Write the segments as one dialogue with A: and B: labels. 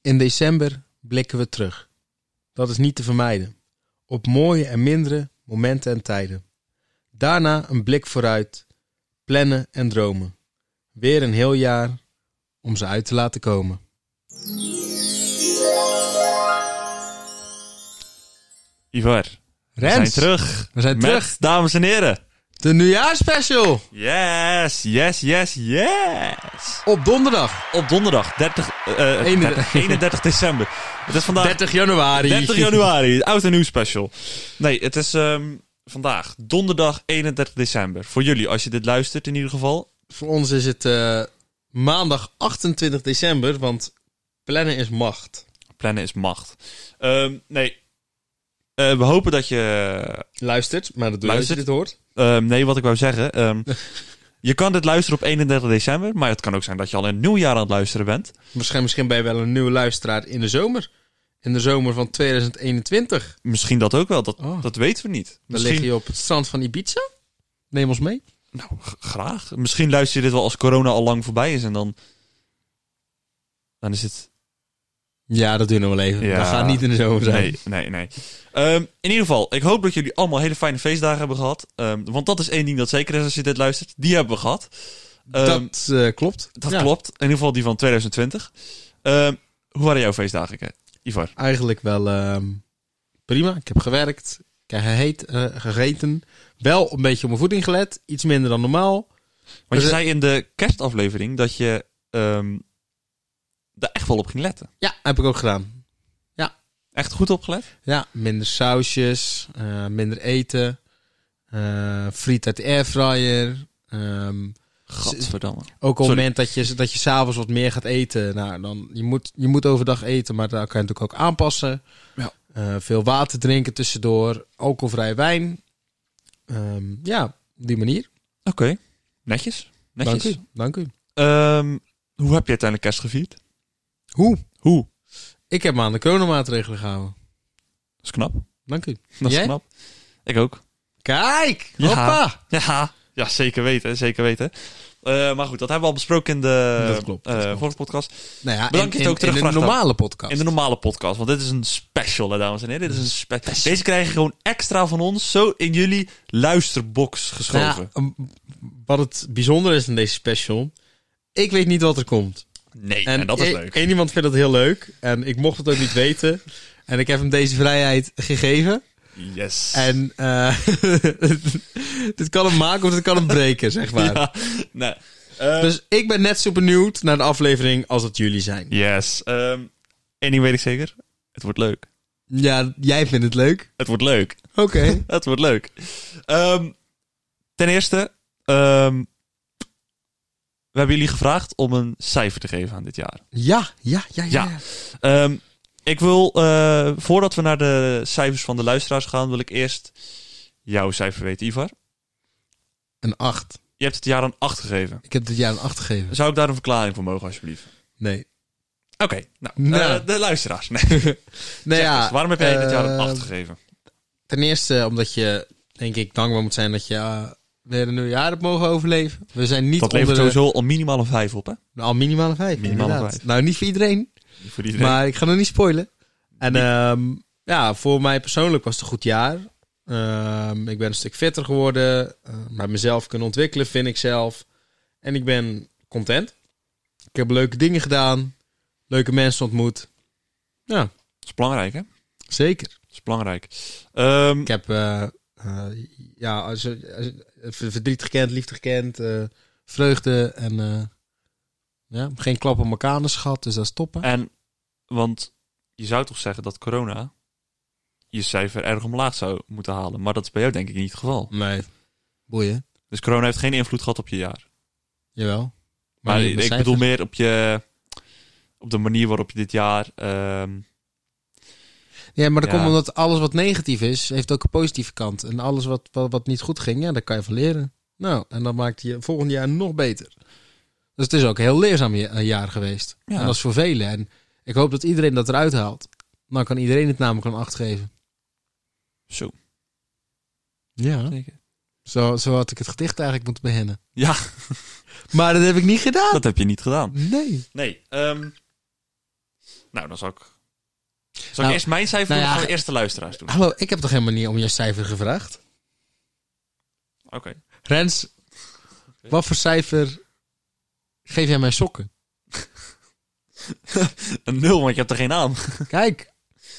A: In december blikken we terug. Dat is niet te vermijden. Op mooie en mindere momenten en tijden. Daarna een blik vooruit, plannen en dromen. Weer een heel jaar om ze uit te laten komen.
B: Ivar, we zijn
A: Rens,
B: terug.
A: we zijn
B: Met,
A: terug.
B: dames en heren.
A: De nieuwjaarspecial
B: Yes, yes, yes, yes.
A: op donderdag
B: Op donderdag 30, eh,
A: Eén-
B: 30, 31 december. Het is vandaag 30,
A: 30 januari.
B: Nou, januari, het oud en nieuw special. Nee, het is ehm, vandaag donderdag 31 december. Voor jullie, als je dit luistert in ieder geval.
A: Voor ons is het eh, maandag 28 december, want plannen is macht.
B: Plannen is macht. Ehm, nee, Eh, we hopen dat je...
A: Luistert, maar dat doe je als je
B: Luistert.
A: dit hoort.
B: Ehm, nee, wat ik wou zeggen. ehm, je kan dit luisteren op 31 december, maar het kan ook zijn dat je al in het nieuwjaar aan het luisteren bent.
A: Misschien, misschien ben je wel een nieuwe luisteraar in de zomer. In de zomer van 2021.
B: Misschien dat ook wel, dat,
A: Oh.
B: dat weten we niet.
A: Dan
B: Misschien,
A: lig je op het strand van Ibiza. Neem ons mee.
B: Nou, g- graag. Misschien luister je dit wel als corona al lang voorbij is en dan... Dan is het...
A: Ja, dat doen we wel even.
B: Ja.
A: Dat gaat niet in de zomer zijn.
B: Nee, nee, nee. Ehm, in ieder geval, ik hoop dat jullie allemaal hele fijne feestdagen hebben gehad. Ehm, want dat is één ding dat zeker is als je dit luistert. Die hebben we gehad. Ehm,
A: dat eh, klopt.
B: dat
A: Ja,
B: klopt. In ieder geval die van 2020. Ehm, hoe waren jouw feestdagen, Ke- Ivar?
A: Eigenlijk wel ehm, prima. Ik heb gewerkt. Ik heb geheet, eh, gegeten. Wel een beetje op mijn voeding gelet. Iets minder dan normaal.
B: Want je
A: Dus, eh,
B: zei in de kerstaflevering dat je ehm daar echt wel op ging letten.
A: Ja, heb ik ook gedaan.
B: Echt goed opgelet?
A: Ja, minder sausjes, eh, minder eten, eh, friet uit de airfryer. ehm,
B: Gadverdamme.
A: ook op het
B: Sorry.
A: moment dat je, dat je s'avonds wat meer gaat eten, nou, dan, je, moet, je moet overdag eten, maar daar kan je natuurlijk ook aanpassen.
B: Ja.
A: Eh, veel water drinken tussendoor, alcoholvrij wijn. Ehm, ja, op die manier.
B: Oké, netjes. Netjes.
A: Dank u. Dank u.
B: Ehm, hoe heb je uiteindelijk kerst gevierd?
A: Hoe?
B: Hoe?
A: Ik heb me aan de coronamaatregelen gehouden.
B: Dat is knap.
A: Dank u.
B: Dat is
A: Jij?
B: knap. Ik ook.
A: Kijk!
B: Ja.
A: Hoppa!
B: Ja, ja zeker weten. Zeker weten. Eh, maar goed, dat hebben we al besproken in de
A: Dat klopt, dat
B: eh,
A: klopt.
B: vorige podcast.
A: Nou ja,
B: Bedankt dat je het
A: in, in,
B: ook
A: in de
B: teruggevraagd had.
A: normale podcast.
B: In de normale podcast. Want dit is een special, hè, dames en heren. Dit is een spe- Deze krijgen gewoon extra van ons. Zo in jullie luisterbox geschoven.
A: Nou ja, m- wat het bijzondere is in deze special. Ik weet niet wat er komt.
B: Nee, en, dat is
A: e-
B: leuk.
A: één iemand vindt dat heel leuk. En ik mocht het ook niet weten. En ik heb hem deze vrijheid gegeven.
B: Yes.
A: En eh, dit kan hem maken of dit kan hem breken, zeg maar.
B: Ja, nee. Eh,
A: Dus ik ben net zo benieuwd naar de aflevering als dat jullie zijn.
B: yes. Ehm Eén ding weet ik zeker. Het wordt leuk.
A: Ja, jij vindt het leuk.
B: Het wordt leuk.
A: Oké.
B: Het wordt leuk. Ehm, ten eerste, ehm, we hebben jullie gevraagd om een cijfer te geven aan dit jaar.
A: Ja, ja, ja, ja.
B: Ja. Ehm, ik wil, eh, voordat we naar de cijfers van de luisteraars gaan, wil ik eerst jouw cijfer weten, Ivar.
A: Een 8.
B: Je hebt het jaar een 8 gegeven.
A: Ik heb dit jaar een 8 gegeven.
B: Zou ik daar een verklaring voor mogen, alsjeblieft?
A: Nee.
B: Oké, nou,
A: Nou.
B: eh, de luisteraars. Nee,
A: Nou
B: zeg eens, waarom heb jij dit jaar een
A: eh,
B: 8 gegeven?
A: Ten eerste omdat je, denk ik, dankbaar moet zijn dat je eh, weer een nieuw jaar hebt mogen overleven. We zijn niet
B: Dat
A: onder
B: levert
A: de,
B: sowieso al minimaal een 5 op, hè?
A: Nou, al minimaal een vijf,
B: Minimaal een
A: inderdaad.
B: vijf.
A: Nou, niet voor iedereen,
B: Voor iedereen.
A: maar ik ga nog niet spoilen. En ehm, ja, voor mij persoonlijk was het een goed jaar. Ehm, ik ben een stuk fitter geworden, eh, maar mezelf kunnen ontwikkelen vind ik zelf. En ik ben content. Ik heb leuke dingen gedaan, leuke mensen ontmoet. Ja,
B: Dat is belangrijk, hè?
A: zeker.
B: Dat is belangrijk. Ehm,
A: Ik heb eh, eh, ja, als, als, verdriet gekend, liefde gekend, eh, vreugde en eh, ja, geen klap op elkaar gehad, dus dat is toppen.
B: En, want je zou toch zeggen dat corona je cijfer erg omlaag zou moeten halen. Maar dat is bij jou denk ik niet het geval.
A: Nee. Boeien.
B: Dus corona heeft geen invloed gehad op je jaar.
A: Jawel. Maar,
B: Maar,
A: niet
B: ik
A: met cijfers.
B: bedoel meer op, je, op de manier waarop je dit jaar... ehm,
A: Ja, maar dat
B: Ja.
A: komt omdat alles wat negatief is, heeft ook een positieve kant. En alles wat, wat, wat niet goed ging, ja, daar kan je van leren. Nou, en dat maakt je volgend jaar nog beter. Dus het is ook een heel leerzaam je- een jaar geweest.
B: Ja.
A: En dat is voor velen. En ik hoop dat iedereen dat eruit haalt. Dan kan iedereen het namelijk een acht geven.
B: zo,
A: Ja.
B: zeker.
A: Zo, zo had ik het gedicht eigenlijk moeten beginnen.
B: Ja,
A: Maar dat heb ik niet gedaan.
B: dat heb je niet gedaan.
A: Nee.
B: Nee. ehm, Nou, dan zal ik. Zal
A: Nou,
B: ik eerst mijn cijfer
A: nou
B: doen of
A: ja,
B: gaan we eerst de luisteraars doen?
A: Hallo, ik heb toch helemaal niet om je cijfer gevraagd?
B: Oké.
A: Rens, wat voor cijfer geef jij mijn sokken?
B: Een nul, want je hebt er geen aan.
A: Kijk,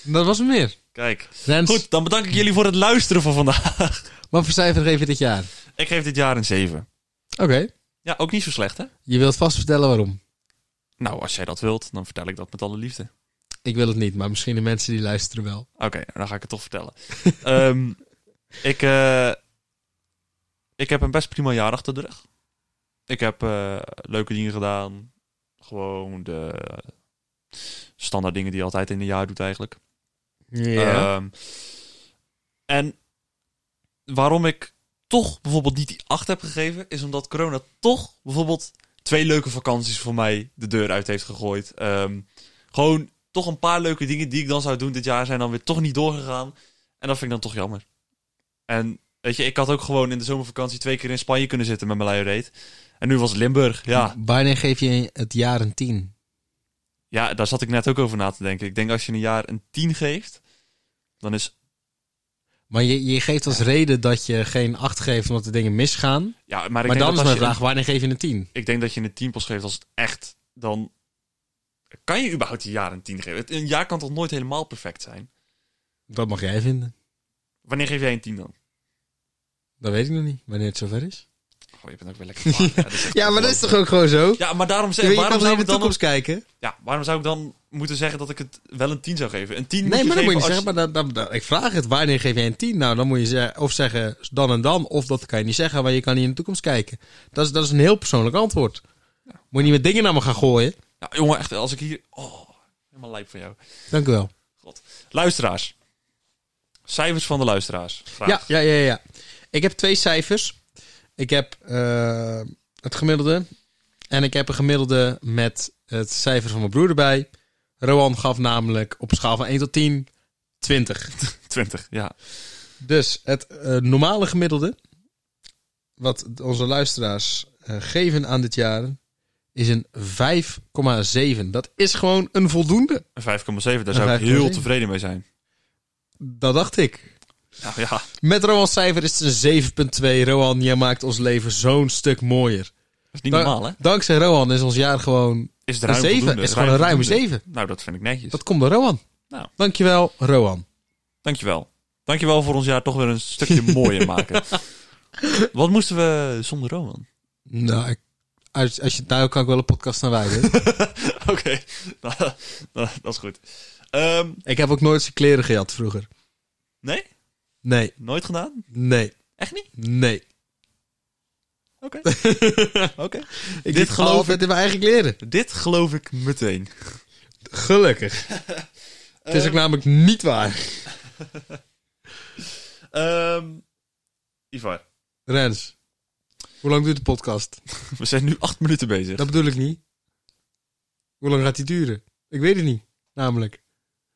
A: dat was hem weer.
B: Kijk.
A: Rens,
B: Goed, dan bedank ik jullie voor het luisteren van vandaag.
A: wat voor cijfer geef je dit jaar?
B: Ik geef dit jaar een 7.
A: Oké,
B: Ja, ook niet zo slecht, hè?
A: je wilt vast vertellen waarom.
B: Nou, als jij dat wilt, dan vertel ik dat met alle liefde.
A: Ik wil het niet, maar misschien de mensen die luisteren wel.
B: Oké, dan ga ik het toch vertellen. Ehm, ik, eh, ik heb een best prima jaar achter de rug. Ik heb eh, leuke dingen gedaan. Gewoon de standaard dingen die je altijd in een jaar doet eigenlijk.
A: Eh,
B: Ehm, en waarom ik toch bijvoorbeeld niet die 8 heb gegeven, is omdat corona toch bijvoorbeeld twee leuke vakanties voor mij de deur uit heeft gegooid. Ehm, gewoon toch een paar leuke dingen die ik dan zou doen dit jaar zijn dan weer toch niet doorgegaan. En dat vind ik dan toch jammer. En weet je, ik had ook gewoon in de zomervakantie twee keer in Spanje kunnen zitten met mijn luie reet. En nu was het Limburg, ja.
A: Wanneer geef je het jaar een 10?
B: Ja, daar zat ik net ook over na te denken. Ik denk als je een jaar een 10 geeft, dan is
A: Maar je, je geeft als reden dat je geen 8 geeft omdat de dingen misgaan.
B: ja, maar ik
A: maar dan
B: denk dat
A: is
B: als
A: mijn
B: je een-
A: vraag, wanneer geef je een 10?
B: ik denk dat je een 10 pas geeft als het echt, dan kan je überhaupt een jaar een 10 geven. Het- Een jaar kan toch nooit helemaal perfect zijn?
A: Dat mag jij vinden.
B: Wanneer geef jij een 10 dan?
A: Dat weet ik nog niet, wanneer het zover is.
B: Oh, je bent ook weer lekker vaag. Ja, dat is echt
A: Ja, maar dat is
B: ongelooflijk.
A: toch ook gewoon zo?
B: Ja, maar daarom,
A: Je,
B: zeg,
A: weet, je
B: waarom,
A: kan alleen
B: zou
A: de
B: ik dan,
A: toekomst kijken.
B: ja, waarom zou ik dan moeten zeggen dat ik het wel een 10 zou geven? Een 10
A: Nee,
B: moet
A: maar
B: je
A: dat moet je niet
B: geven
A: zeggen.
B: als
A: Maar dan, dan, dan- ik vraag het, wanneer geef jij een 10? Nou, dan moet je ze- of zeggen dan en dan, of dat kan je niet zeggen, maar je kan niet in de toekomst kijken. Dat is, dat is een heel persoonlijk antwoord. Moet je niet met dingen naar me gaan gooien.
B: je- Nou, jongen, echt, als ik hier... Oh, helemaal lijp van jou.
A: Dank u wel.
B: Luisteraars. Cijfers van de luisteraars. Graag.
A: Ja, ja, ja, ja. Ik heb twee cijfers. Ik heb eh, het gemiddelde. En ik heb een gemiddelde met het cijfer van mijn broer erbij. Roan gaf namelijk op een schaal van 1 tot 10 20.
B: 20, ja.
A: Dus het eh, normale gemiddelde, wat onze luisteraars eh, geven aan dit jaar, is een 5,7. Dat is gewoon een voldoende.
B: Een 5,7, daar
A: Een
B: zou ik heel
A: 5,7.
B: tevreden mee zijn.
A: Dat dacht ik.
B: Nou ja,
A: Met Roan's cijfer is het een 7,2. Roan, jij maakt ons leven zo'n stuk mooier.
B: dat is niet
A: Dan-
B: normaal, hè?
A: Dankzij Rohan is ons jaar gewoon
B: Is het
A: Nou, een
B: ruim
A: 7.
B: voldoende?
A: is gewoon een ruime
B: voldoende?
A: 7.
B: Nou, dat vind ik netjes.
A: Dat komt door Rohan.
B: Nou.
A: Dankjewel, Rohan.
B: Dankjewel. Dankjewel voor ons jaar toch weer een stukje mooier maken. Wat moesten we zonder Roman?
A: Nou, ik, als, als je het nou kan ik wel een podcast naar wijden.
B: Oké, Nou, nou, dat is goed. Ehm,
A: ik heb ook nooit zijn kleren gejat vroeger.
B: nee,
A: Nee,
B: nooit gedaan?
A: nee,
B: Echt niet?
A: nee.
B: Oké. Oké.
A: Ik
B: Dit
A: Dit
B: geloof
A: geloof altijd in mijn eigen kleren.
B: Dit geloof ik meteen.
A: Gelukkig. het
B: Eh.
A: is ook namelijk niet waar.
B: Ehm, Ivar,
A: Rens, hoe lang duurt de podcast?
B: we zijn nu acht minuten bezig.
A: Dat bedoel ik niet. Hoe lang gaat die duren? Ik weet het niet, namelijk.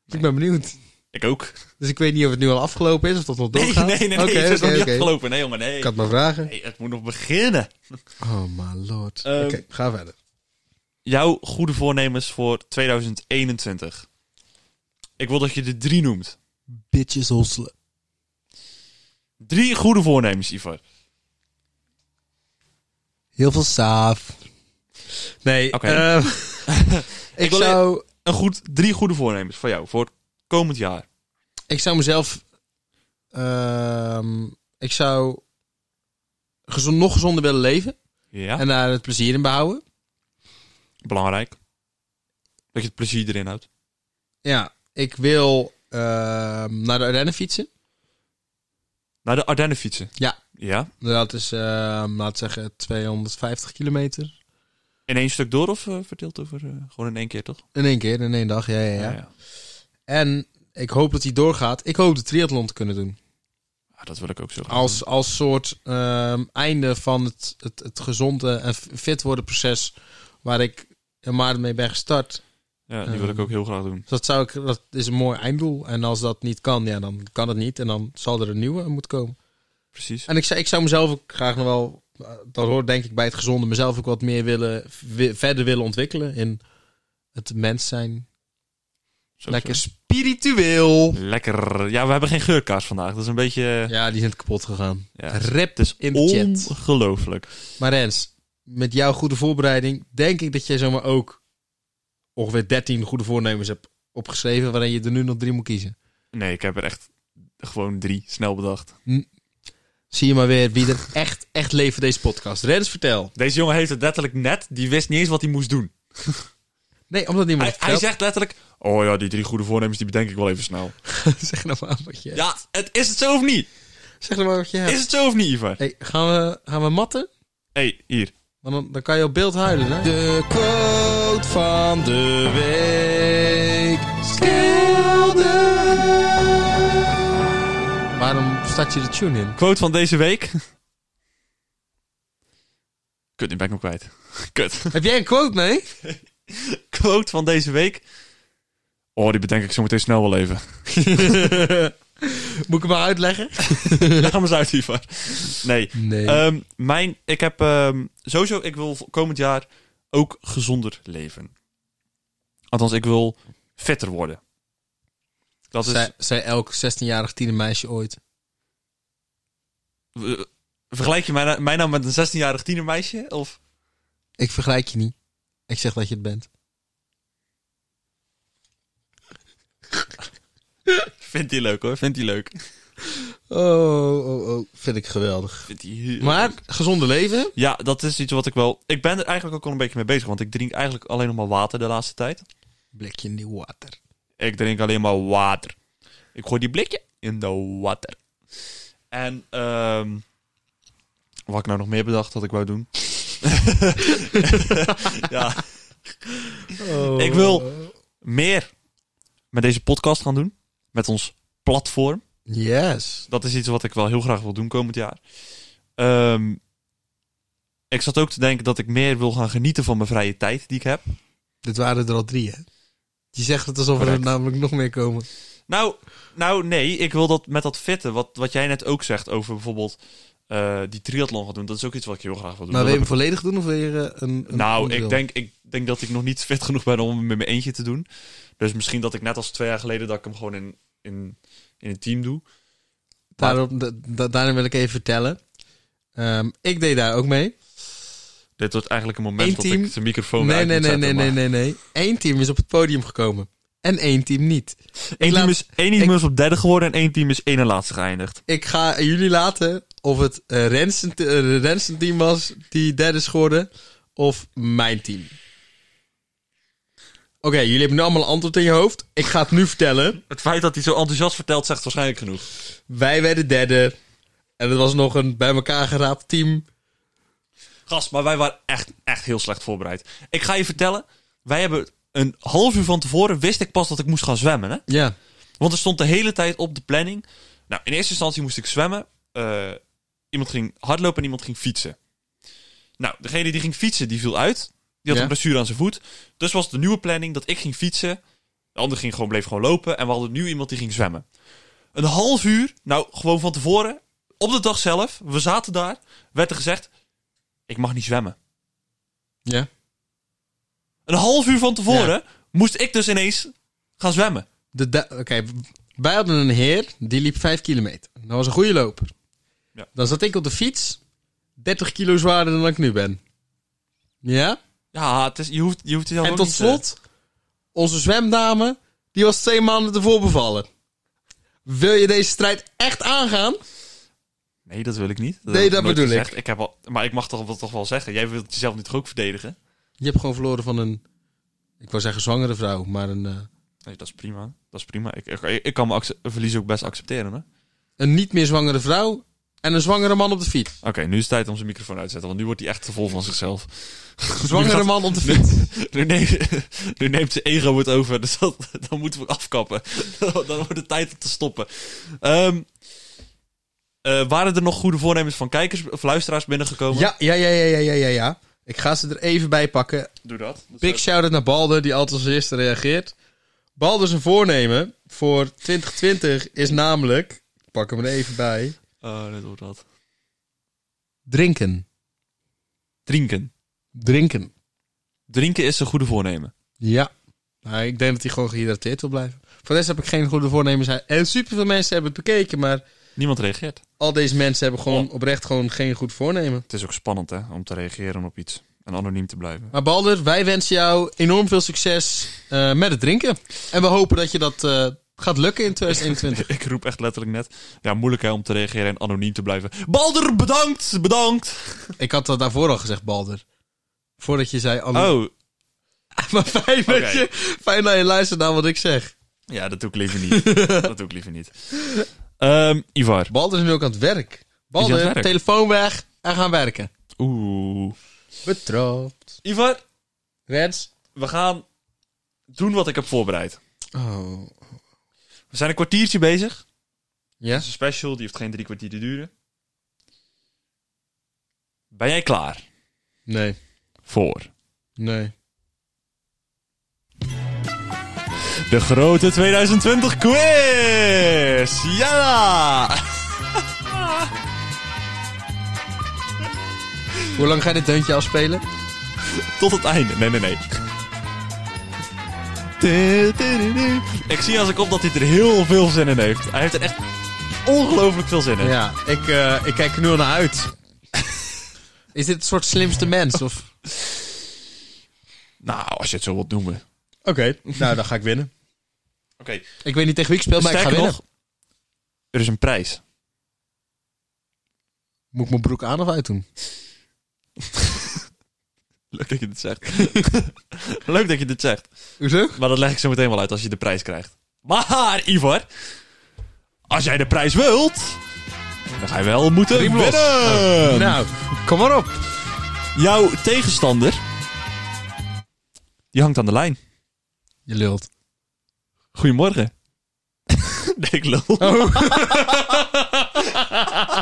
A: Dus ik ben benieuwd.
B: Ik ook.
A: Dus ik weet niet of het nu al afgelopen is of dat nog
B: Nee, nee,
A: doorgaat.
B: nee, nee.
A: Oké,
B: het is nog
A: oké,
B: niet
A: oké.
B: afgelopen. Nee, jongen, nee.
A: Ik had maar vragen.
B: nee. Het moet nog beginnen.
A: Oh my lord.
B: Ehm,
A: Oké, ga verder.
B: Jouw goede voornemens voor 2021. Ik wil dat je er drie noemt.
A: Bitches hosselen.
B: Drie goede voornemens, Ivar.
A: Heel veel saaf. Nee,
B: Oké.
A: ehm, ik,
B: wil-
A: zou,
B: een goed, drie goede voornemens van jou voor het komend jaar.
A: ik zou mezelf... ehm, ik zou gezond, nog gezonder willen leven.
B: Ja.
A: En daar het plezier in behouden.
B: Belangrijk. Dat je het plezier erin houdt.
A: Ja, ik wil ehm, naar de Ardennen fietsen.
B: Naar de Ardennen fietsen.
A: Ja.
B: Ja.
A: Dat is, ehm laat zeggen, 250 kilometer.
B: In één stuk door of eh, verdeeld over... eh, gewoon in één keer, toch?
A: In één keer, in één dag. Ja, ja, ja. En ik hoop dat die doorgaat. Ik hoop de triathlon te kunnen doen.
B: Ah, dat wil ik ook zo graag doen.
A: als, als soort ehm, einde van het, het, het gezonde en f- fit worden proces waar ik in maart mee ben gestart.
B: Ja, die wil ik ook heel graag doen.
A: Dus dat, zou ik, dat is een mooi einddoel. En als dat niet kan, ja, dan kan het niet. En dan zal er een nieuwe moeten komen.
B: Precies.
A: En ik, zou- ik zou mezelf ook graag nog wel, eh, dat hoort denk ik bij het gezonde, mezelf ook wat meer willen, wi- verder willen ontwikkelen in het mens zijn.
B: Sowieso.
A: Lekker spiritueel.
B: Lekker. Ja, we hebben geen geurkaars vandaag. Dat is een beetje...
A: Ja, die zijn kapot gegaan.
B: Ja. Dus-
A: Rep
B: Het is
A: in de chat.
B: ongelooflijk.
A: Maar Rens, met jouw goede voorbereiding denk ik dat jij zomaar ook ongeveer 13 goede voornemens hebt opgeschreven waarin je er nu nog drie moet kiezen.
B: Nee, ik heb er echt gewoon drie snel bedacht.
A: Zie je maar weer wie er echt, echt leeft voor deze podcast. Rens, vertel.
B: Deze jongen heeft het letterlijk net. Die wist niet eens wat hij moest doen.
A: Nee, omdat niemand
B: Hij,
A: het
B: hij
A: vertelt.
B: zegt letterlijk... Oh ja, die drie goede voornemens, die bedenk ik wel even snel.
A: zeg nou maar wat je hebt.
B: Ja, het, is het zo of niet?
A: Zeg nou maar wat je hebt.
B: Is het zo of niet, Ivar?
A: Hey, gaan, we, gaan we matten?
B: hey, hier.
A: Want dan, dan kan je op beeld huilen, hè? De quote van de week. Waarom start je de tune in?
B: Quote van deze week. Kut, nu ben ik hem kwijt. Kut.
A: Heb jij een quote mee?
B: Quote van deze week. Oh, die bedenk ik zo meteen snel wel even.
A: Moet ik hem maar uitleggen? Eh,
B: Leg hem eens uit, Ivar. Nee.
A: Nee.
B: Ehm, mijn, ik heb ehm, sowieso, ik wil voor komend jaar ook gezonder leven. Althans, ik wil fitter worden. Dat is.
A: Zij, zei elk 16-jarig tienermeisje ooit.
B: eh, vergelijk je mij, na- mij nou met een 16-jarig tienermeisje? Of.
A: Ik vergelijk je niet. Ik zeg dat je het bent.
B: Vindt hij leuk hoor, vindt hij leuk.
A: Oh, oh, oh. Vind ik geweldig.
B: Vindt hij heel
A: Maar, gezonde leven.
B: Ja, dat is iets wat ik wel. Ik ben er eigenlijk ook al een beetje mee bezig, want ik drink eigenlijk alleen nog maar water de laatste tijd.
A: Blikje nieuw water.
B: Ik drink alleen maar water. Ik gooi die blikje in de water. En ehm, wat ik nou nog meer bedacht dat ik wou doen. ja, Ik wil- meer met deze podcast gaan doen. Met ons platform.
A: Yes.
B: Dat is iets wat ik wel heel graag wil doen komend jaar. Ehm, ik zat ook te denken dat ik meer wil gaan genieten van mijn vrije tijd die ik heb.
A: Dit waren er al drie, hè? Je zegt het alsof er
B: Correct.
A: namelijk nog meer komen.
B: Nou, nou nee, ik wil dat met dat fitten, wat, wat jij net ook zegt over bijvoorbeeld eh, die triathlon gaan doen. Dat is ook iets wat ik heel graag wil doen.
A: Maar wil
B: Dat
A: je
B: heb
A: hem volledig doen of wil je eh, een,
B: ik-
A: een
B: nou,
A: onderdeel?
B: ik denk, ik denk dat ik nog niet fit genoeg ben om hem met mijn eentje te doen. Dus misschien dat ik net als twee jaar geleden dat ik hem gewoon in, in, in een team doe.
A: Daarom, da- da- daarom wil ik even vertellen. Ehm, ik deed daar ook mee.
B: Dit wordt eigenlijk een moment
A: Eén
B: dat
A: team?
B: ik zijn microfoon
A: nee,
B: uit
A: nee,
B: moet
A: nee,
B: zetten,
A: nee,
B: maar-
A: nee, nee, nee. Eén team is op het podium gekomen. En één team niet.
B: Eén
A: Ik
B: team,
A: laat-
B: is, één team
A: ik-
B: is op derde geworden en één team is één en laatste geëindigd.
A: Ik ga aan jullie laten of het eh Rensen, eh, Rensen team was die derde schoorde. Of mijn team. Oké, jullie hebben nu allemaal een antwoord in je hoofd. Ik ga het nu vertellen.
B: Het feit dat hij zo enthousiast vertelt zegt waarschijnlijk genoeg.
A: Wij werden derde. En het was nog een bij elkaar geraapt team.
B: Gast, maar wij waren echt, echt heel slecht voorbereid. Ik ga je vertellen, wij hebben een half uur van tevoren wist ik pas dat ik moest gaan zwemmen. Hè?
A: Ja.
B: Want er stond de hele tijd op de planning. Nou, in eerste instantie moest ik zwemmen. Eh, iemand ging hardlopen en iemand ging fietsen. Nou, degene die ging fietsen, die viel uit. Die had
A: Ja.
B: een blessure aan zijn voet. Dus was de nieuwe planning dat ik ging fietsen. De ander ging gewoon, bleef gewoon lopen. En we hadden nu iemand die ging zwemmen. Een half uur, nou gewoon van tevoren, op de dag zelf, we zaten daar, werd er gezegd: Ik mag niet zwemmen.
A: Ja.
B: Een half uur van tevoren moest ik dus ineens gaan zwemmen.
A: De da- Oké, wij hadden een heer die liep 5 kilometer. Dat was een goede loper.
B: Ja.
A: Dan zat ik op de fiets. 30 kilo zwaarder dan ik nu ben. Ja?
B: Ja, het is, je hoeft, je hoeft jezelf
A: En
B: ook
A: tot
B: niet, eh,
A: slot, onze zwemdame, die was twee maanden ervoor bevallen. Wil je deze strijd echt aangaan?
B: Nee, dat wil ik niet.
A: Nee,
B: heb
A: dat
B: nooit
A: bedoel ik.
B: gezegd. ik heb al, maar ik mag toch, wel- toch wel zeggen, jij wilt jezelf niet ook verdedigen?
A: Je hebt gewoon verloren van een, ik wou zeggen zwangere vrouw, maar een, eh,
B: Nee, dat is prima. Dat is prima. Ik, ik, ik kan mijn acce- verlies ook best accepteren. hè? Oké,
A: een niet meer zwangere vrouw en een zwangere man op de fiets.
B: nu is het tijd om zijn microfoon uit te zetten, want nu wordt hij echt te vol van zichzelf.
A: Een zwangere
B: Nu
A: man op de fiets.
B: gaat- Nu, neemt- nu neemt zijn ego het over, dus dat, dan moeten we afkappen. Dan wordt het tijd om te stoppen. Ehm, eh, waren er nog goede voornemens van kijkers of luisteraars binnengekomen?
A: Ja, ja, ja, ja, ja, ja, ja, ja. Ik ga ze er even bij pakken.
B: Doe dat. Dat
A: Big
B: is-
A: shout-out naar Balder, die altijd als eerste reageert. Balder zijn voornemen voor 2020 is namelijk, ik pak hem er even bij,
B: Oh, nee, doe dat.
A: drinken.
B: Drinken.
A: Drinken.
B: Drinken is een goede voornemen.
A: Ja. Nou, ik denk dat hij gewoon gehydrateerd wil blijven. Voor de rest heb ik geen goede voornemens. En superveel mensen hebben het bekeken, maar
B: Niemand reageert.
A: al deze mensen hebben gewoon oprecht gewoon geen goed voornemen.
B: Het is ook spannend hè, om te reageren op iets en anoniem te blijven.
A: Maar Balder, wij wensen jou enorm veel succes eh, met het drinken. En we hopen dat je dat eh, gaat lukken in 2021.
B: Ik roep echt letterlijk net. Ja, moeilijk hè, om te reageren en anoniem te blijven. Balder, bedankt! Bedankt!
A: ik had dat daarvoor al gezegd, Balder. Voordat je zei... Anne-
B: Oh,
A: Maar fijn, dat
B: Oké.
A: je, fijn dat je luistert naar wat ik zeg.
B: ja, dat doe ik liever niet. dat doe ik liever niet. Ehm, Ivar.
A: Balder is nu ook aan het werk. Balder,
B: aan het werk?
A: telefoon weg en gaan werken.
B: Oeh.
A: Betrapt.
B: Ivar,
A: Rens.
B: we gaan doen wat ik heb voorbereid.
A: Oh.
B: We zijn een kwartiertje bezig.
A: Ja?
B: Het is een special, die heeft geen drie kwartier te duren. Ben jij klaar
A: Nee.
B: voor
A: Nee.
B: de grote 2020 quiz? Ja!
A: Hoe lang ga je dit deuntje afspelen?
B: Tot het einde. Nee, nee, nee. Ik zie als ik op dat hij er heel veel zin in heeft. Hij heeft er echt ongelooflijk veel zin in.
A: Ja, ik, eh, ik kijk er nu al naar uit. Is dit een soort slimste mens? Of...
B: Nou, als je het zo wilt noemen. Oké.
A: Oké, nou dan ga ik winnen. Ik weet niet tegen wie ik speel, maar ik
B: Sterker
A: ga winnen.
B: nog, er is een prijs.
A: Moet ik mijn broek aan of uit doen?
B: Leuk dat je dit zegt. Leuk dat je dit zegt.
A: Hoezo?
B: Maar dat leg ik zo meteen wel uit als je de prijs krijgt. Maar, Ivar, als jij de prijs wilt, dan ga je wel moeten
A: Riemlos.
B: winnen.
A: Nou, kom maar op.
B: Jouw tegenstander, die hangt aan de lijn.
A: Je lult.
B: Goedemorgen. nee, ik lul.
A: Oh.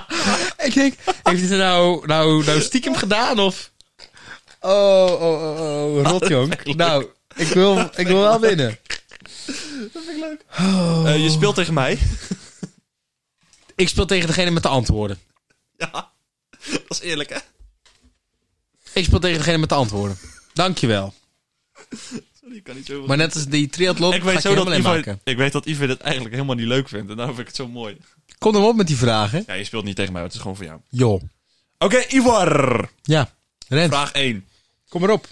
A: Ik denk, heeft hij het nou, nou, nou stiekem gedaan of... Oh, oh, oh, oh, rot jong. Nou, ik wil, ik wil wel winnen.
B: Eh, je speelt tegen mij.
A: Ik speel tegen degene met de antwoorden.
B: ja, dat is eerlijk, hè?
A: Ik speel tegen degene met de antwoorden. Dankjewel.
B: Sorry, ik kan niet zo
A: Maar net als die triathlon
B: ik
A: ga
B: weet,
A: ik
B: zo dat
A: helemaal in
B: Ivar,
A: maken.
B: ik weet dat Ivar dit eigenlijk helemaal niet leuk vindt. En daarom vind ik het zo mooi.
A: Kom dan op met die vragen.
B: Ja, je speelt niet tegen mij, het is gewoon voor jou.
A: Joh.
B: Oké, Ivar.
A: Ja. Rens,
B: Vraag 1.
A: kom maar op.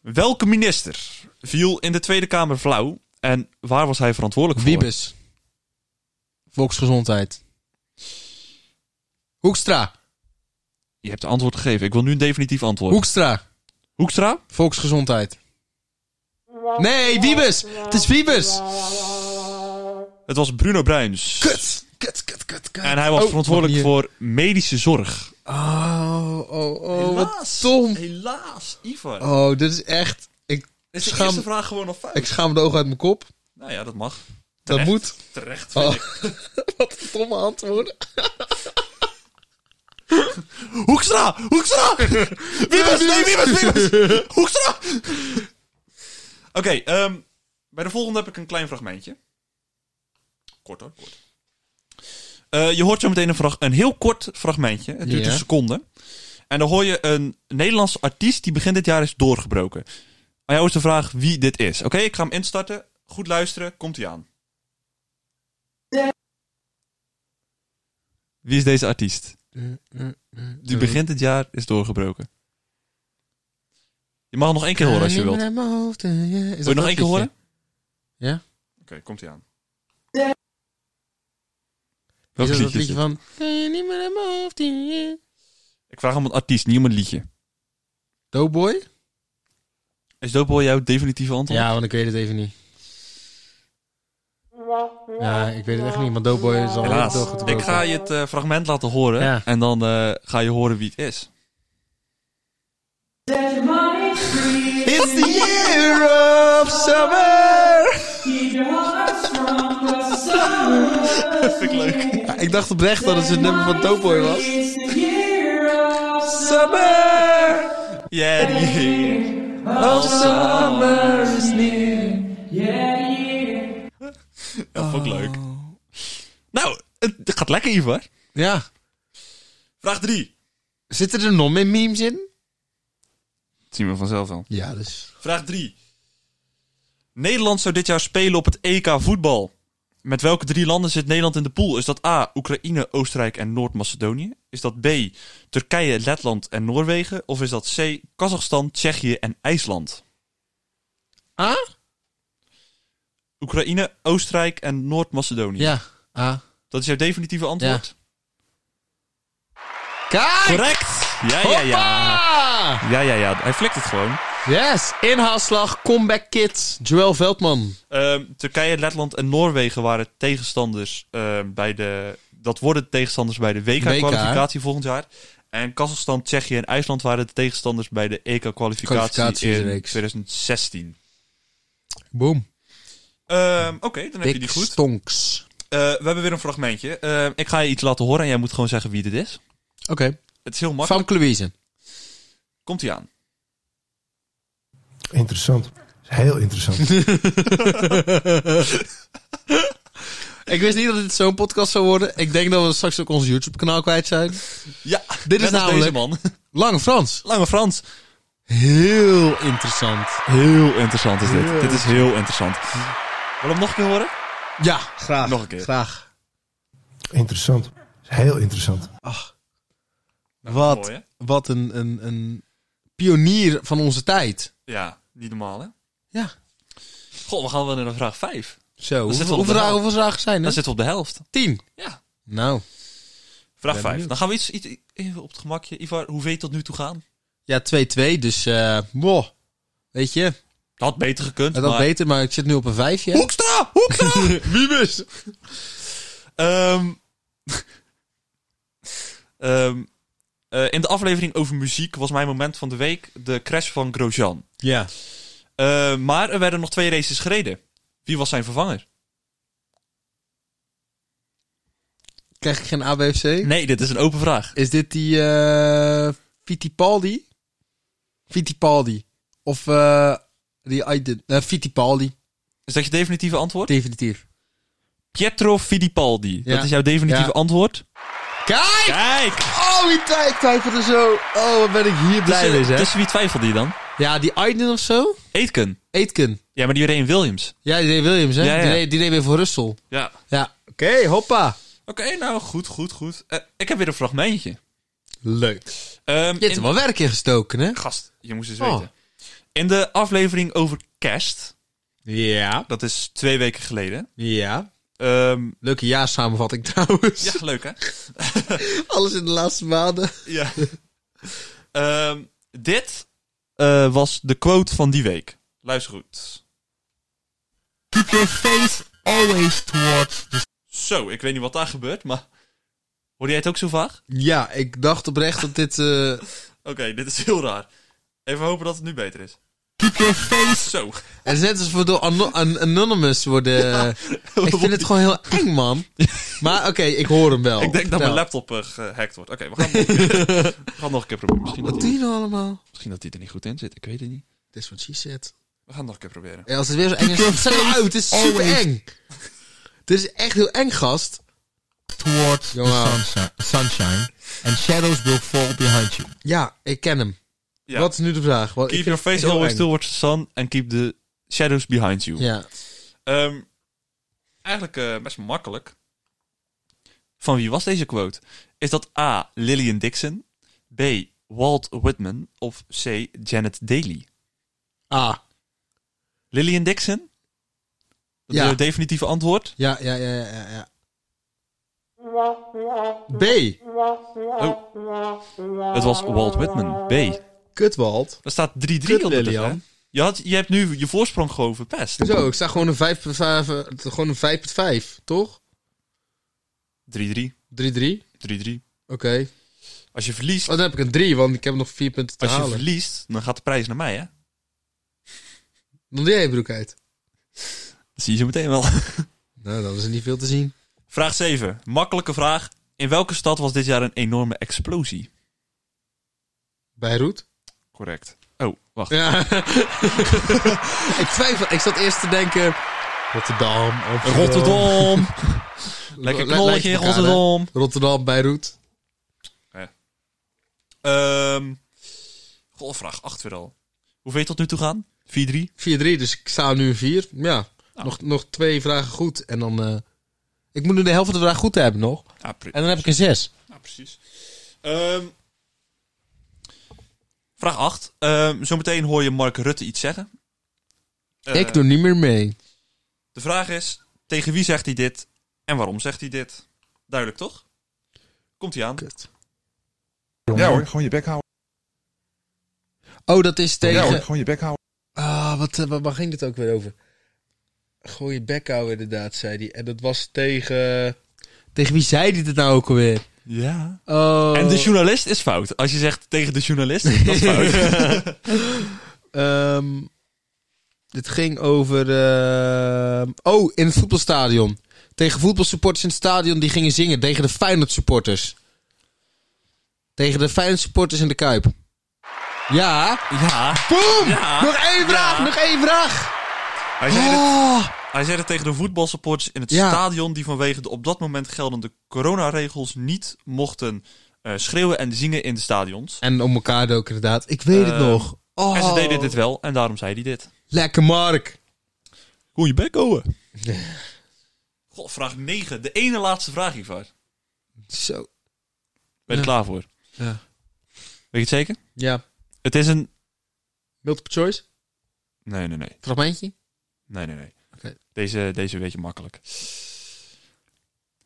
B: Welke minister viel in de Tweede Kamer flauw en waar was hij verantwoordelijk voor?
A: Wiebes. Volksgezondheid. Hoekstra.
B: Je hebt de antwoord gegeven. Ik wil nu een definitief antwoord.
A: Hoekstra.
B: Hoekstra?
A: Volksgezondheid. Nee, Wiebes. Het is Wiebes.
B: Het was Bruno Bruins.
A: Kut. Kut, kut, kut, kut.
B: En hij was
A: Oh,
B: verantwoordelijk
A: hier.
B: voor medische zorg.
A: Oh, oh, oh. Wat stom.
B: Helaas, Ivar.
A: Oh, dit is echt... Ik
B: is
A: de schaam- eerste
B: vraag gewoon nog fout?
A: ik schaam de ogen uit mijn kop.
B: Nou ja, dat mag.
A: Dat
B: Terecht.
A: moet.
B: Terecht, vind
A: Oh.
B: ik.
A: Wat een domme antwoorden.
B: Hoekstra! Hoekstra! Wiebes! Nee, Wiebes! Wiebes! Hoekstra! Oké, ehm, bij de volgende heb ik een klein fragmentje. Kort hoor, kort. Eh, je hoort zo meteen een, frag- een heel kort fragmentje. Het duurt
A: Ja.
B: een seconde. En dan hoor je een Nederlandse artiest die begin dit jaar is doorgebroken. Aan jou is de vraag wie dit is. Oké, ik ga hem instarten. Goed luisteren. Komt hij aan. Wie is deze artiest? Die begint dit jaar is doorgebroken. Je mag hem nog één keer
A: Eh,
B: horen als je wilt. Wil
A: Wil
B: je nog één keer horen?
A: Ja.
B: Oké, komt hij aan.
C: Ja.
B: Welk
A: Is dat
B: liedje
A: dat
B: is
A: liedje
B: dit?
A: van... Kan je niet meer aan mijn hoofd in je-
B: Ik vraag om een artiest, niet om een liedje.
A: Doughboy?
B: Is Doughboy jouw definitieve antwoord?
A: Ja, want ik weet het even niet. Ja, ik weet het echt niet, maar Doughboy is al
B: Helaas.
A: heel doorgebroken.
B: Ik ga je het eh, fragment laten horen.
A: Ja.
B: En dan eh, ga je horen wie het is.
A: It's the year of summer!
B: Vind ik leuk.
A: ik dacht oprecht dat het een nummer van Doughboy was.
B: Yeah, yeah.
A: Of summer is near.
B: Dat vond ik leuk.
A: Oh.
B: Nou, het, het gaat lekker, Ivar.
A: Ja.
B: Vraag 3.
A: Zitten er nog meer memes in?
B: Dat zien we vanzelf wel.
A: Ja, dus...
B: Vraag 3. Nederland zou dit jaar spelen op het EK voetbal. Met welke drie landen zit Nederland in de pool? Is dat A. Oekraïne, Oostenrijk en Noord-Macedonië? Is dat B. Turkije, Letland en Noorwegen? Of is dat C. Kazachstan, Tsjechië en IJsland?
A: A?
B: Oekraïne, Oostenrijk en Noord-Macedonië.
A: Ja. A.
B: Dat is jouw definitieve antwoord?
A: Kijk!
B: Correct! Ja, ja, ja.
A: Hoppa!
B: Ja, ja, ja. Hij flikt het gewoon.
A: Yes! Inhaalslag, comeback kids. Joel Veldman.
B: Ehm, Turkije, Letland en Noorwegen waren tegenstanders ehm, bij de. Dat worden tegenstanders bij de WK-kwalificatie volgend jaar. En Kazachstan, Tsjechië en IJsland waren de tegenstanders bij de EK-kwalificatie in
A: Kwalificatiereeks.
B: 2016.
A: Boom.
B: Ehm, Oké, dan heb je
A: Dik
B: die goed.
A: stonks.
B: Eh, we hebben weer een fragmentje. Ehm, ik ga je iets laten horen en jij moet gewoon zeggen wie dit is.
A: Oké.
B: Het is heel makkelijk.
A: Van Kluizen.
B: Komt ie aan.
C: Interessant. Heel interessant.
A: Ik wist niet dat dit zo'n podcast zou worden. Ik denk dat we straks ook ons YouTube-kanaal kwijt zijn.
B: Ja,
A: Dit is
B: net als
A: namelijk-
B: Deze man.
A: Lange Frans.
B: Lange Frans.
A: Heel interessant.
B: Heel interessant is dit. Dit is heel interessant. Wil je hem nog een keer horen?
A: Ja, graag.
B: Nog een keer.
A: Graag.
C: Interessant. Heel interessant.
A: Ach, wat,
B: Nou, mooi,
A: wat een, een, een pionier van onze tijd.
B: Ja, niet normaal hè?
A: Ja.
B: Goh, we gaan wel naar de vraag 5.
A: Zo,
B: zitten we
A: hoeveel,
B: op de
A: hoeveel, vragen,
B: helft.
A: hoeveel vragen zijn
B: Dan
A: er?
B: zitten we op de helft.
A: Tien.
B: Ja.
A: Nou.
B: Vraag
A: Ben
B: 5.
A: benieuwd.
B: Dan gaan we iets, iets- even op het gemakje. Ivar, hoe weet je tot nu toe gaan?
A: Ja, 2-2, dus... eh wow. Weet je,
B: Dat had beter gekund.
A: het had
B: maar...
A: beter, maar ik zit nu op een vijfje.
B: Hoekstra! Hoekstra!
A: Wiebes!
B: Ehm, ehm, eh, in de aflevering over muziek was mijn moment van de week de crash van Grosjean.
A: Ja.
B: Eh, maar er werden nog twee races gereden. Wie was zijn vervanger?
A: Krijg ik geen ABFC?
B: Nee, dit is een open vraag.
A: Is dit die eh Fittipaldi? Fittipaldi. Of eh die Aiden. eh Fittipaldi.
B: Is dat je definitieve antwoord?
A: Definitief.
B: Pietro Fittipaldi.
A: Ja.
B: Dat is jouw definitieve
A: Ja.
B: antwoord?
A: Kijk!
B: Kijk!
A: Oh, die tijd twijfelde zo. Oh, wat ben ik hier blij
B: tussen,
A: mee, hè?
B: tussen wie twijfelde je dan?
A: Ja, die Aiden of zo.
B: Aitken.
A: Aitken.
B: Ja, maar die reed in Williams.
A: Ja, die deed Williams, hè?
B: Ja, ja.
A: Die, deed, die deed weer voor Russell.
B: Ja.
A: Ja. Oké, hoppa.
B: Oké, nou goed, goed, goed. Eh, ik heb weer een fragmentje.
A: Leuk.
B: Ehm,
A: Je hebt
B: in-
A: er wel werk in gestoken, hè?
B: Gast, je moest eens
A: Oh.
B: weten. In de aflevering over kerst,
A: Ja.
B: dat is twee weken geleden.
A: Ja.
B: Ehm,
A: Leuke jaarsamenvatting trouwens.
B: ja, leuk hè?
A: Alles in de laatste maanden.
B: ja. Ehm, dit eh, was de quote van die week. Luister goed.
D: Keep your face always towards the
B: Zo, ik weet niet wat daar gebeurt, maar... Hoorde jij het ook zo vaag?
A: Ja, ik dacht oprecht dat dit... eh,
B: Oké, dit is heel raar. Even hopen dat het nu beter is.
D: keep your face
B: Zo.
A: Het is net alsof we door ano- an- Anonymous worden... eh, Ik vind het gewoon heel eng, man. Maar oké, ik hoor hem wel.
B: Ik denk dat mijn
A: Vertel.
B: laptop eh, gehackt wordt. Oké, we gaan het nog een keer- we gaan het nog een keer proberen. Misschien dat,
A: Wat doe
B: hij,
A: je nou allemaal?
B: misschien dat hij er niet goed in zit. Ik weet het niet.
A: Dit is wat she said.
B: We gaan het nog een keer proberen.
A: En als het weer zo eng is, zet hem uit. Het is super eng. Dit is echt heel eng, gast.
D: towards the
A: Jongen.
D: sunshine, sunshine, and shadows will fall behind you.
A: Ja, ik ken hem.
B: Ja.
A: Wat is nu de vraag? Wat,
B: Keep your face
A: heel
B: always
A: eng.
B: towards the sun and keep the shadows behind you.
A: Ja.
B: Ehm, eigenlijk eh, best makkelijk. Van wie was deze quote? Is dat A. Lillian Dixon, B. Walt Whitman of C. Janet Daly?
A: Ah,
B: Lillian Dixon? Dat
A: Ja.
B: is het definitieve antwoord.
A: ja, ja, ja, ja, ja, ja. B.
B: Het was Walt Whitman, B.
A: Kutwald.
B: Er staat 3-3
A: Kut,
B: op de
A: Lillian.
B: hè? Je, had, je hebt nu je voorsprong gewoon verpest. 3-3
A: Zo, ik sta gewoon een 5, gewoon een 5,5, toch?
B: 3-3.
A: 3-3. Oké.
B: Als je verliest,
A: Oh, dan heb ik een 3, want ik heb nog 4 punten te
B: als je
A: halen.
B: verliest, dan gaat de prijs naar mij, hè?
A: Dan doe jij je broek uit.
B: Dat zie je zo meteen wel.
A: Nou, dan is er niet veel te zien.
B: Vraag 7. Makkelijke vraag. In welke stad was dit jaar een enorme explosie?
A: Beirut?
B: Correct. Oh, wacht.
A: Ja. ik twijfel. Ik zat eerst te denken... Rotterdam. Amsterdam.
B: Rotterdam.
A: Le-
B: Lekker knolletje in
A: lijkt elkaar, hè?
B: Rotterdam.
A: Rotterdam, Beirut.
B: Ehm goh, vraag 8 weer al. Hoe weet je tot nu toe gaan? 4-3. 4-3.
A: 4-3, dus ik sta nu een 4. Ja,
B: Nou.
A: nog, nog twee vragen goed. En dan... eh, ik moet nu de helft van de vraag goed hebben nog.
B: Ja, pre-
A: En dan heb ik een 6.
B: ja, Nou, precies. Ehm, vraag 8. zometeen hoor je Mark Rutte iets zeggen. Eh,
A: ik doe niet meer mee.
B: De vraag is, tegen wie zegt hij dit en waarom zegt hij dit? Duidelijk toch? Komt hij aan.
A: Kut.
E: Ja hoor, gewoon je bek houden.
A: Oh, dat is tegen...
E: Ja hoor, gewoon je bek houden.
A: Ah, wat, eh, waar, waar ging dit ook weer over? Gooi je bek houden, inderdaad, zei hij. En dat was tegen... Tegen wie zei hij dit nou ook alweer?
B: Ja.
A: Oh.
B: En de journalist is fout. Als je zegt tegen de journalist, dat is fout.
A: Ehm, dit ging over... ehm, oh, in het voetbalstadion. Tegen voetbalsupporters in het stadion die gingen zingen. Tegen de Feyenoord supporters. Tegen de Feyenoord supporters in de Kuip. Ja.
B: ja.
A: Boom!
B: Ja.
A: Nog één vraag,
B: Ja.
A: nog één vraag.
B: Hij zei, het,
A: Oh.
B: hij zei het tegen de voetbalsupporters in het
A: Ja.
B: stadion die vanwege de op dat moment geldende coronaregels niet mochten eh, schreeuwen en zingen in de stadions.
A: En om elkaar ook, inderdaad. Ik weet het
B: Ehm,
A: nog. Oh.
B: En ze deden dit wel en daarom zei hij dit.
A: Lekker, Mark.
B: Hoe je bek houden. Goh, vraag 9. De ene laatste vraag hiervan.
A: Zo.
B: Ben je
A: Ja.
B: klaar voor?
A: Ja.
B: Weet je het zeker?
A: Ja.
B: Het is een...
A: Multiple choice?
B: Nee, nee, nee.
A: Fragmentje?
B: Nee, nee, nee.
A: Oké.
B: Deze, deze weet je makkelijk.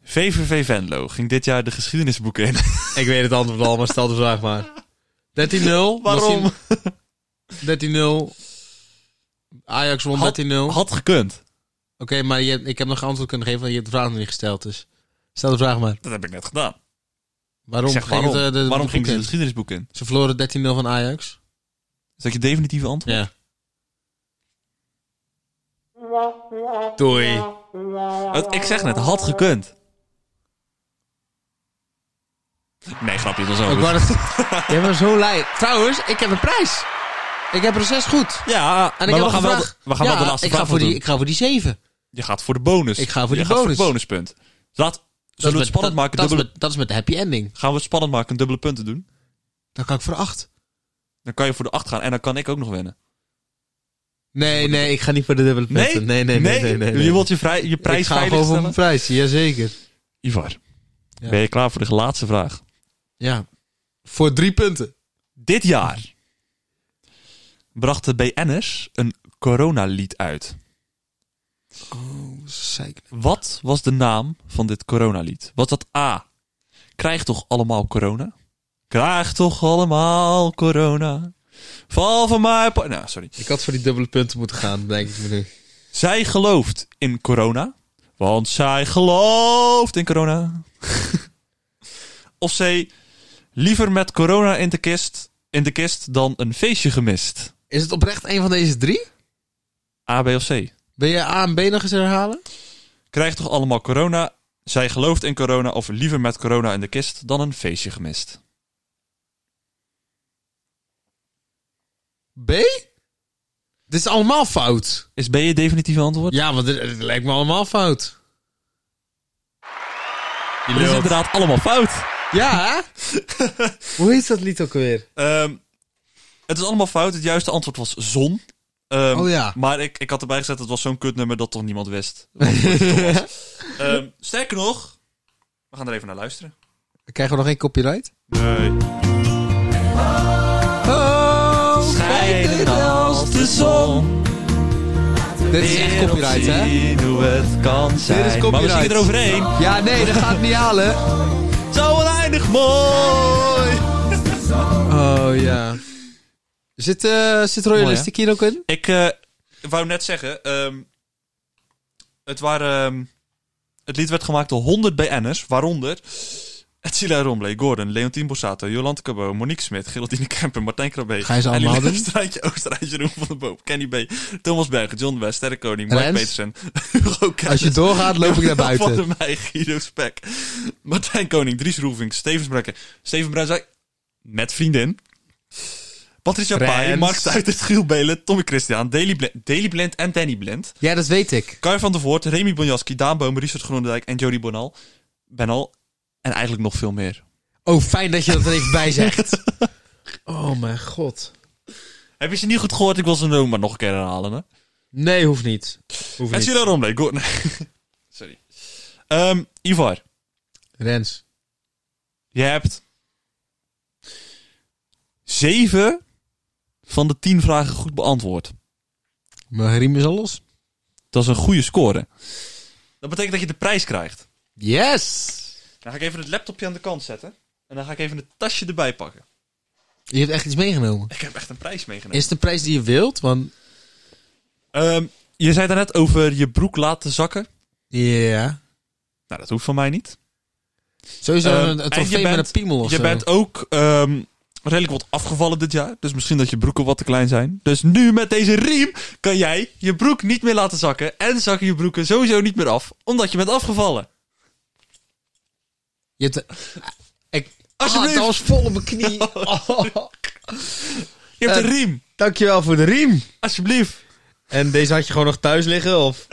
B: VVV Venlo ging dit jaar de geschiedenisboeken in.
A: Ik weet het antwoord al, maar stel de vraag maar. 13-0.
B: Waarom?
A: Was die- 13-0. Ajax won 13-0.
B: Had-
A: Oké,
B: Had gekund.
A: maar je, ik heb nog geen antwoord kunnen geven, want je hebt de vraag nog niet gesteld. Dus stel de vraag maar.
B: Dat heb ik net gedaan.
A: Waarom
B: ik zeg waarom.
A: het, eh, de-
B: waarom
A: de-
B: ging ze dus-
A: de-
B: het geschiedenisboek in?
A: Ze verloren 13-0 van Ajax.
B: Is dat je definitieve antwoord?
A: Ja. Doei.
B: Het- Ik zeg net, had gekund. Nee, grapje, dat is ook
A: Ik
B: goed.
A: wou dat... Je bent zo lui. Trouwens, ik heb een prijs. Ik heb er zes goed.
B: Ja,
A: En
B: maar
A: ik
B: we
A: heb
B: gaan,
A: een
B: wel de,
A: vraag.
B: we gaan wel
A: Ja,
B: de laatste
A: ik ga
B: vraag
A: voor
B: doen.
A: die, Ik ga voor die zeven.
B: Je gaat voor de bonus.
A: Ik ga voor die
B: Je gaat
A: bonus.
B: het bonuspunt. Laat, zullen we
A: met-
B: het spannend
A: Dus dat-
B: maken?
A: dat is
B: Dubbele,
A: met- Dat is met de happy ending.
B: Gaan we het spannend maken? Dubbele punten doen?
A: Dan kan ik voor acht.
B: Dan kan je voor de 8 gaan en dan kan ik ook nog winnen.
A: Nee, nee, ik ga niet voor de dubbele punten. Nee, nee, nee, nee. nee, nee.
B: Je wilt je, vrij, je
A: ik
B: prijs
A: ga gewoon voor
B: veiligstellen.
A: mijn prijs, jazeker.
B: Ivar,
A: Ja.
B: ben je klaar voor de laatste vraag?
A: Ja. Voor drie punten.
B: Dit jaar bracht de BN'ers een coronalied uit.
A: Oh, zeker.
B: Wat was de naam van dit coronalied? Was dat A. Krijg toch allemaal corona? Krijg toch allemaal corona? Val van mij... pa- Nou, sorry.
A: Ik had voor die dubbele punten moeten gaan, denk ik me nu.
B: Zij gelooft in corona. Want zij gelooft in corona. of zij liever met corona in de kist, in de kist dan een feestje gemist.
A: Is het oprecht een van deze drie?
B: A, B of C.
A: Ben je A en B nog eens herhalen?
B: Krijg toch allemaal corona? Zij gelooft in corona of liever met corona in de kist dan een feestje gemist.
A: B? Dit is allemaal fout.
B: Is B je definitieve antwoord?
A: Ja, want het, het lijkt me allemaal fout. Je
B: Dat is
A: lult.
B: inderdaad allemaal fout.
A: Ja, hè? Hoe heet dat lied ook alweer?
B: Ehm, het is allemaal fout. Het juiste antwoord was zon. Ehm,
A: Oh ja.
B: Maar ik, ik had erbij gezet, het was zo'n kutnummer dat toch niemand wist. wat het toch was. Ehm, sterker nog, we gaan er even naar luisteren.
A: Krijgen we nog één copyright?
B: Nee.
A: Oh,
B: als de zon.
A: Dit is echt copyright, hè?
B: hoe het kan zijn. Maar we
A: copyright.
B: zingen eroverheen.
A: Ja, nee, dat gaat niet halen.
B: Zo oneindig mooi.
A: Oh ja. Zit, eh zit Royalistic hier ook in?
B: Ik eh, wou net zeggen, ehm, het, waren, ehm, het lied werd gemaakt door 100 BN'ers, waaronder Etzila Romley, Gordon, Leontien Bossato, Jolante Cabot, Monique Smit, Geraldine Kemper, Martijn Krabbe,
A: Ga je ze allemaal doen?
B: Strijdje Oosterhuis, Jeroen oh, van der Boom, Kenny B, Thomas Berger, John West, Sterre Koning, Mark
A: Rens?
B: Petersen, Hugo
A: Als je
B: Kennis,
A: doorgaat, loop ik naar
B: Van der
A: buiten.
B: Meij, Guido Spek, Martijn Koning, Dries Roelvink, Steven Brekken, Steven Bruin zei, met vriendin. Patricia
A: Rens.
B: Pai, Mark Tuitert, Giel Belen, Tommy Christian, Daily Blind, Daily Blind en Danny Blind.
A: Ja, dat weet ik.
B: Kai van der Voort, Remy Bonjaski, Daan Boom, Richard Groenendijk en Jody Bonal. Benal. En eigenlijk nog veel meer.
A: Oh, fijn dat je dat er even bij zegt. Oh mijn god.
B: Heb je ze niet goed gehoord? Ik wil ze nu maar nog een keer herhalen. Hè?
A: Nee, hoeft niet. Hoeft
B: Het
A: niet.
B: is hier daarom, nee. goed. Nee. Sorry. Ehm, Ivar,
A: Rens.
B: je hebt zeven van de tien vragen goed beantwoord.
A: Mijn riem is al los.
B: Dat is een goede score. Dat betekent dat je de prijs krijgt.
A: Yes!
B: Dan ga ik even het laptopje aan de kant zetten. En dan ga ik even het tasje erbij pakken.
A: Je hebt echt iets meegenomen.
B: Ik heb echt een prijs meegenomen.
A: Is het de prijs die je wilt? Want
B: Ehm, je zei daarnet over je broek laten zakken.
A: ja,
B: Nou, dat hoeft van mij niet.
A: sowieso
B: Ehm,
A: een, een
B: en
A: trofee
B: je bent-
A: met een piemel of
B: je
A: zo.
B: bent ook ehm, redelijk wat afgevallen dit jaar. Dus misschien dat je broeken wat te klein zijn. Dus nu met deze riem kan jij je broek niet meer laten zakken. En zakken je broeken sowieso niet meer af. Omdat je bent afgevallen.
A: Je hebt, ik,
B: Alsjeblieft.
A: Ah, dat was vol op mijn knie. Oh.
B: Je hebt
A: Eh.
B: een riem.
A: Dankjewel voor de riem.
B: Alsjeblieft.
A: En deze had je gewoon nog thuis liggen? Of?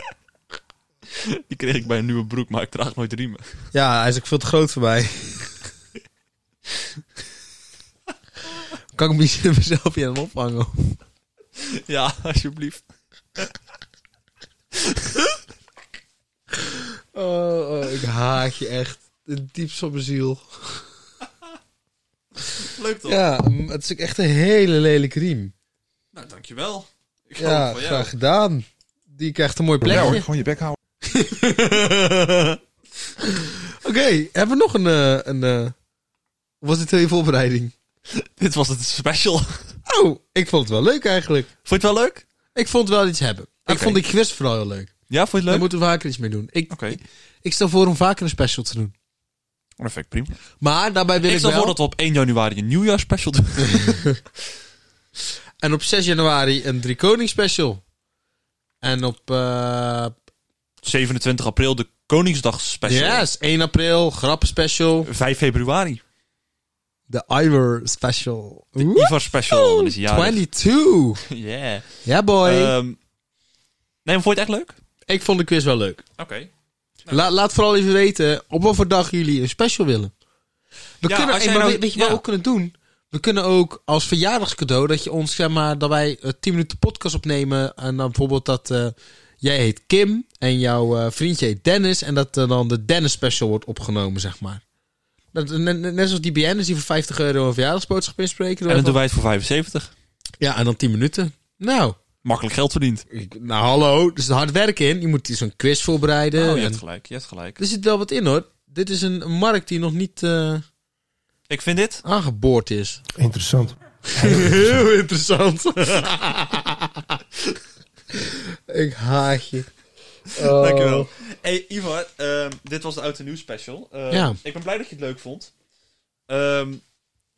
B: Die kreeg ik bij een nieuwe broek, maar ik draag nooit riemen.
A: Ja, hij is ook veel te groot voor mij. kan ik misschien mezelf hier aan ophangen?
B: Ja, alsjeblieft.
A: Oh, ik haat je echt. Het diepst van mijn ziel.
B: Leuk toch?
A: Ja, mm, het is ook echt een hele lelijke riem.
B: Nou, dankjewel. Ik hou
A: Ja,
B: van jou.
A: graag gedaan. Die krijgt een mooi plekje.
E: Ja hoor,
A: Oké,
E: gewoon je bek houden.
A: hebben we nog een... eh, een eh, of was dit heel je voorbereiding?
B: Dit was het special. Vond
A: Oh, ik vond het wel leuk eigenlijk.
B: je het wel leuk?
A: Ik vond het wel iets hebben. Ik
B: Oké.
A: vond die quiz vooral heel leuk.
B: Ja, vond je
A: Daar
B: het leuk?
A: moeten we vaker iets mee doen. Ik,
B: Oké,
A: ik stel voor om vaker een special te doen.
B: perfect, prima.
A: Maar daarbij wil
B: Ik
A: ik,
B: stel
A: wel...
B: voor dat we op 1 januari een nieuwjaarspecial doen.
A: En op 6 januari een Drie Koning special. En op... eh,
B: 27 april de Koningsdag special.
A: yes, 1 april, grappen special.
B: 5 februari.
A: De Ivor special. Oeh.
B: Ivar special. Dan is hij jarig.
A: 22.
B: Yeah.
A: Ja, boy.
B: Ehm, nee, maar vond je het echt leuk?
A: ik vond de quiz wel leuk.
B: Oké.
A: La-
B: Nou.
A: laat vooral even weten op wat voor dag jullie een special willen. We
B: Ja,
A: kunnen,
B: als
A: hey,
B: jij
A: maar
B: nou-
A: weet, weet je wat
B: ja.
A: we ook kunnen doen? We kunnen ook als verjaardagscadeau dat je ons, zeg maar, dat wij eh, 10 minuten podcast opnemen. En dan bijvoorbeeld dat eh, jij heet Kim en jouw eh, vriendje heet Dennis. En dat er dan de Dennis special wordt opgenomen, zeg maar. Dat, net, net zoals die BN'ers die voor 50 euro een verjaardagsboodschap inspreken.
B: En dan doen wij het voor 75.
A: Ja, en dan 10 minuten. Nou,
B: Makkelijk geld verdiend.
A: ik- nou hallo, er zit hard werk in. Je moet zo'n quiz voorbereiden.
B: Oh, je
A: en-
B: hebt gelijk, je hebt gelijk.
A: er zit wel wat in hoor. Dit is een een markt die nog niet eh,
B: Ik vind dit...
A: aangeboord is.
C: Interessant.
A: Heel interessant. ik haat je. Oh.
B: Dankjewel. Hey Ivar, ehm, dit was de Oud en Nieuw special. Ehm,
A: Ja.
B: Ik ben blij dat je het leuk vond. Ehm,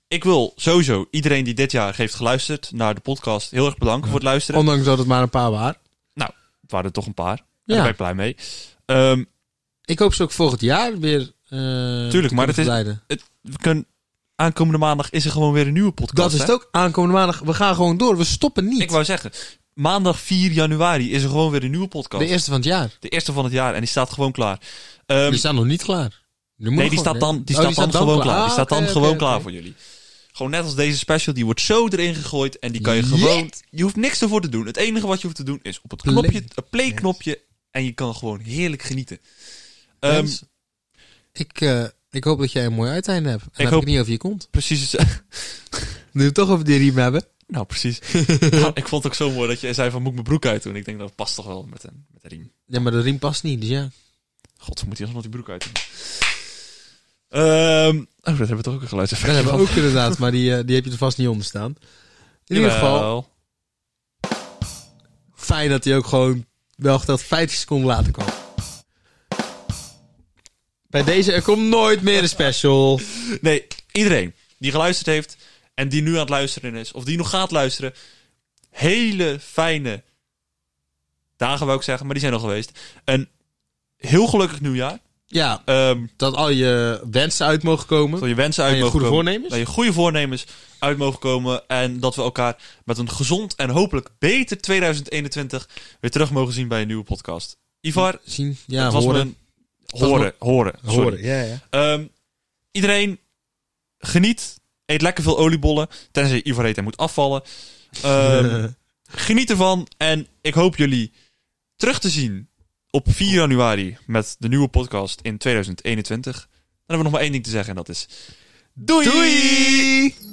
B: ik wil sowieso iedereen die dit jaar heeft geluisterd naar de podcast heel erg bedanken voor het luisteren.
A: Oh. Ondanks dat het maar een paar waren.
B: Het waren er toch een paar.
A: Ja.
B: Daar ben ik blij mee. Ehm,
A: Ik hoop ze ook volgend jaar weer. eh
B: Tuurlijk, maar
A: dat
B: dat is- we kunnen, aankomende maandag is er gewoon weer een nieuwe podcast.
A: Dat is het
B: hè?
A: ook aankomende maandag. We gaan gewoon door. We stoppen niet.
B: Ik wou zeggen, maandag 4 januari is er gewoon weer een nieuwe podcast.
A: De
B: De,
A: eerste van het jaar.
B: eerste van het jaar en die staat gewoon klaar. Ehm,
A: die staan nog niet klaar. Die moet
B: nee,
A: nog
B: die
A: gewoon,
B: staat
A: hè?
B: dan, die
A: Oh,
B: staat dan gewoon klaar.
A: Ah,
B: Die staat dan
A: oké, oké,
B: gewoon
A: oké.
B: klaar voor jullie. Gewoon net als deze special, die wordt zo erin gegooid en die kan je
A: Yes.
B: gewoon... Je hoeft niks ervoor te doen. Het enige wat je hoeft te doen is op het
A: Play.
B: knopje, het play-knopje en je kan gewoon heerlijk genieten. Ehm,
A: Mens, ik, eh, ik hoop dat jij een mooi uiteinde hebt. En dan heb
B: hoop-
A: ik het niet over je kont.
B: precies,
A: Nu we het toch over die riem hebben.
B: nou precies. Ja, ik vond het ook zo mooi dat je zei van moet ik mijn broek uit doen. Ik denk dat past toch wel met een, met een riem.
A: Ja, maar de riem past niet, dus ja.
B: God, dan moet hij alsnog die broek uit doen. Ehm, oh, dat hebben we toch ook een geluidseffect.
A: Dat hebben we
B: van.
A: ook inderdaad, maar die, eh, die heb je er vast niet onder staan. In ieder geval,
B: Jawel.
A: fijn dat hij ook gewoon wel geteld 50 seconden later kwam. Bij deze, er komt nooit meer een special.
B: Nee, iedereen die geluisterd heeft en die nu aan het luisteren is, of die nog gaat luisteren, hele fijne dagen wou ik zeggen, maar die zijn al geweest. Een heel gelukkig nieuwjaar.
A: Ja,
B: Ehm
A: dat al je wensen uit mogen komen.
B: dat je wensen
A: En
B: uit
A: je
B: mogen
A: goede
B: komen.
A: voornemens.
B: Dat je goede voornemens uit mogen komen. En dat we elkaar met een gezond en hopelijk beter 2021 weer terug mogen zien bij een nieuwe podcast. Ivar,
A: Zien, ja,
B: het was
A: horen.
B: me een... Horen, horen, sorry.
A: Horen, ja, ja.
B: Ehm, iedereen, geniet. Eet lekker veel oliebollen. Tenzij Ivar eet en moet afvallen. Ehm, geniet ervan. En ik hoop jullie terug te zien op 4 januari met de nieuwe podcast in 2021. Dan hebben we nog maar één ding te zeggen en dat is... Doei!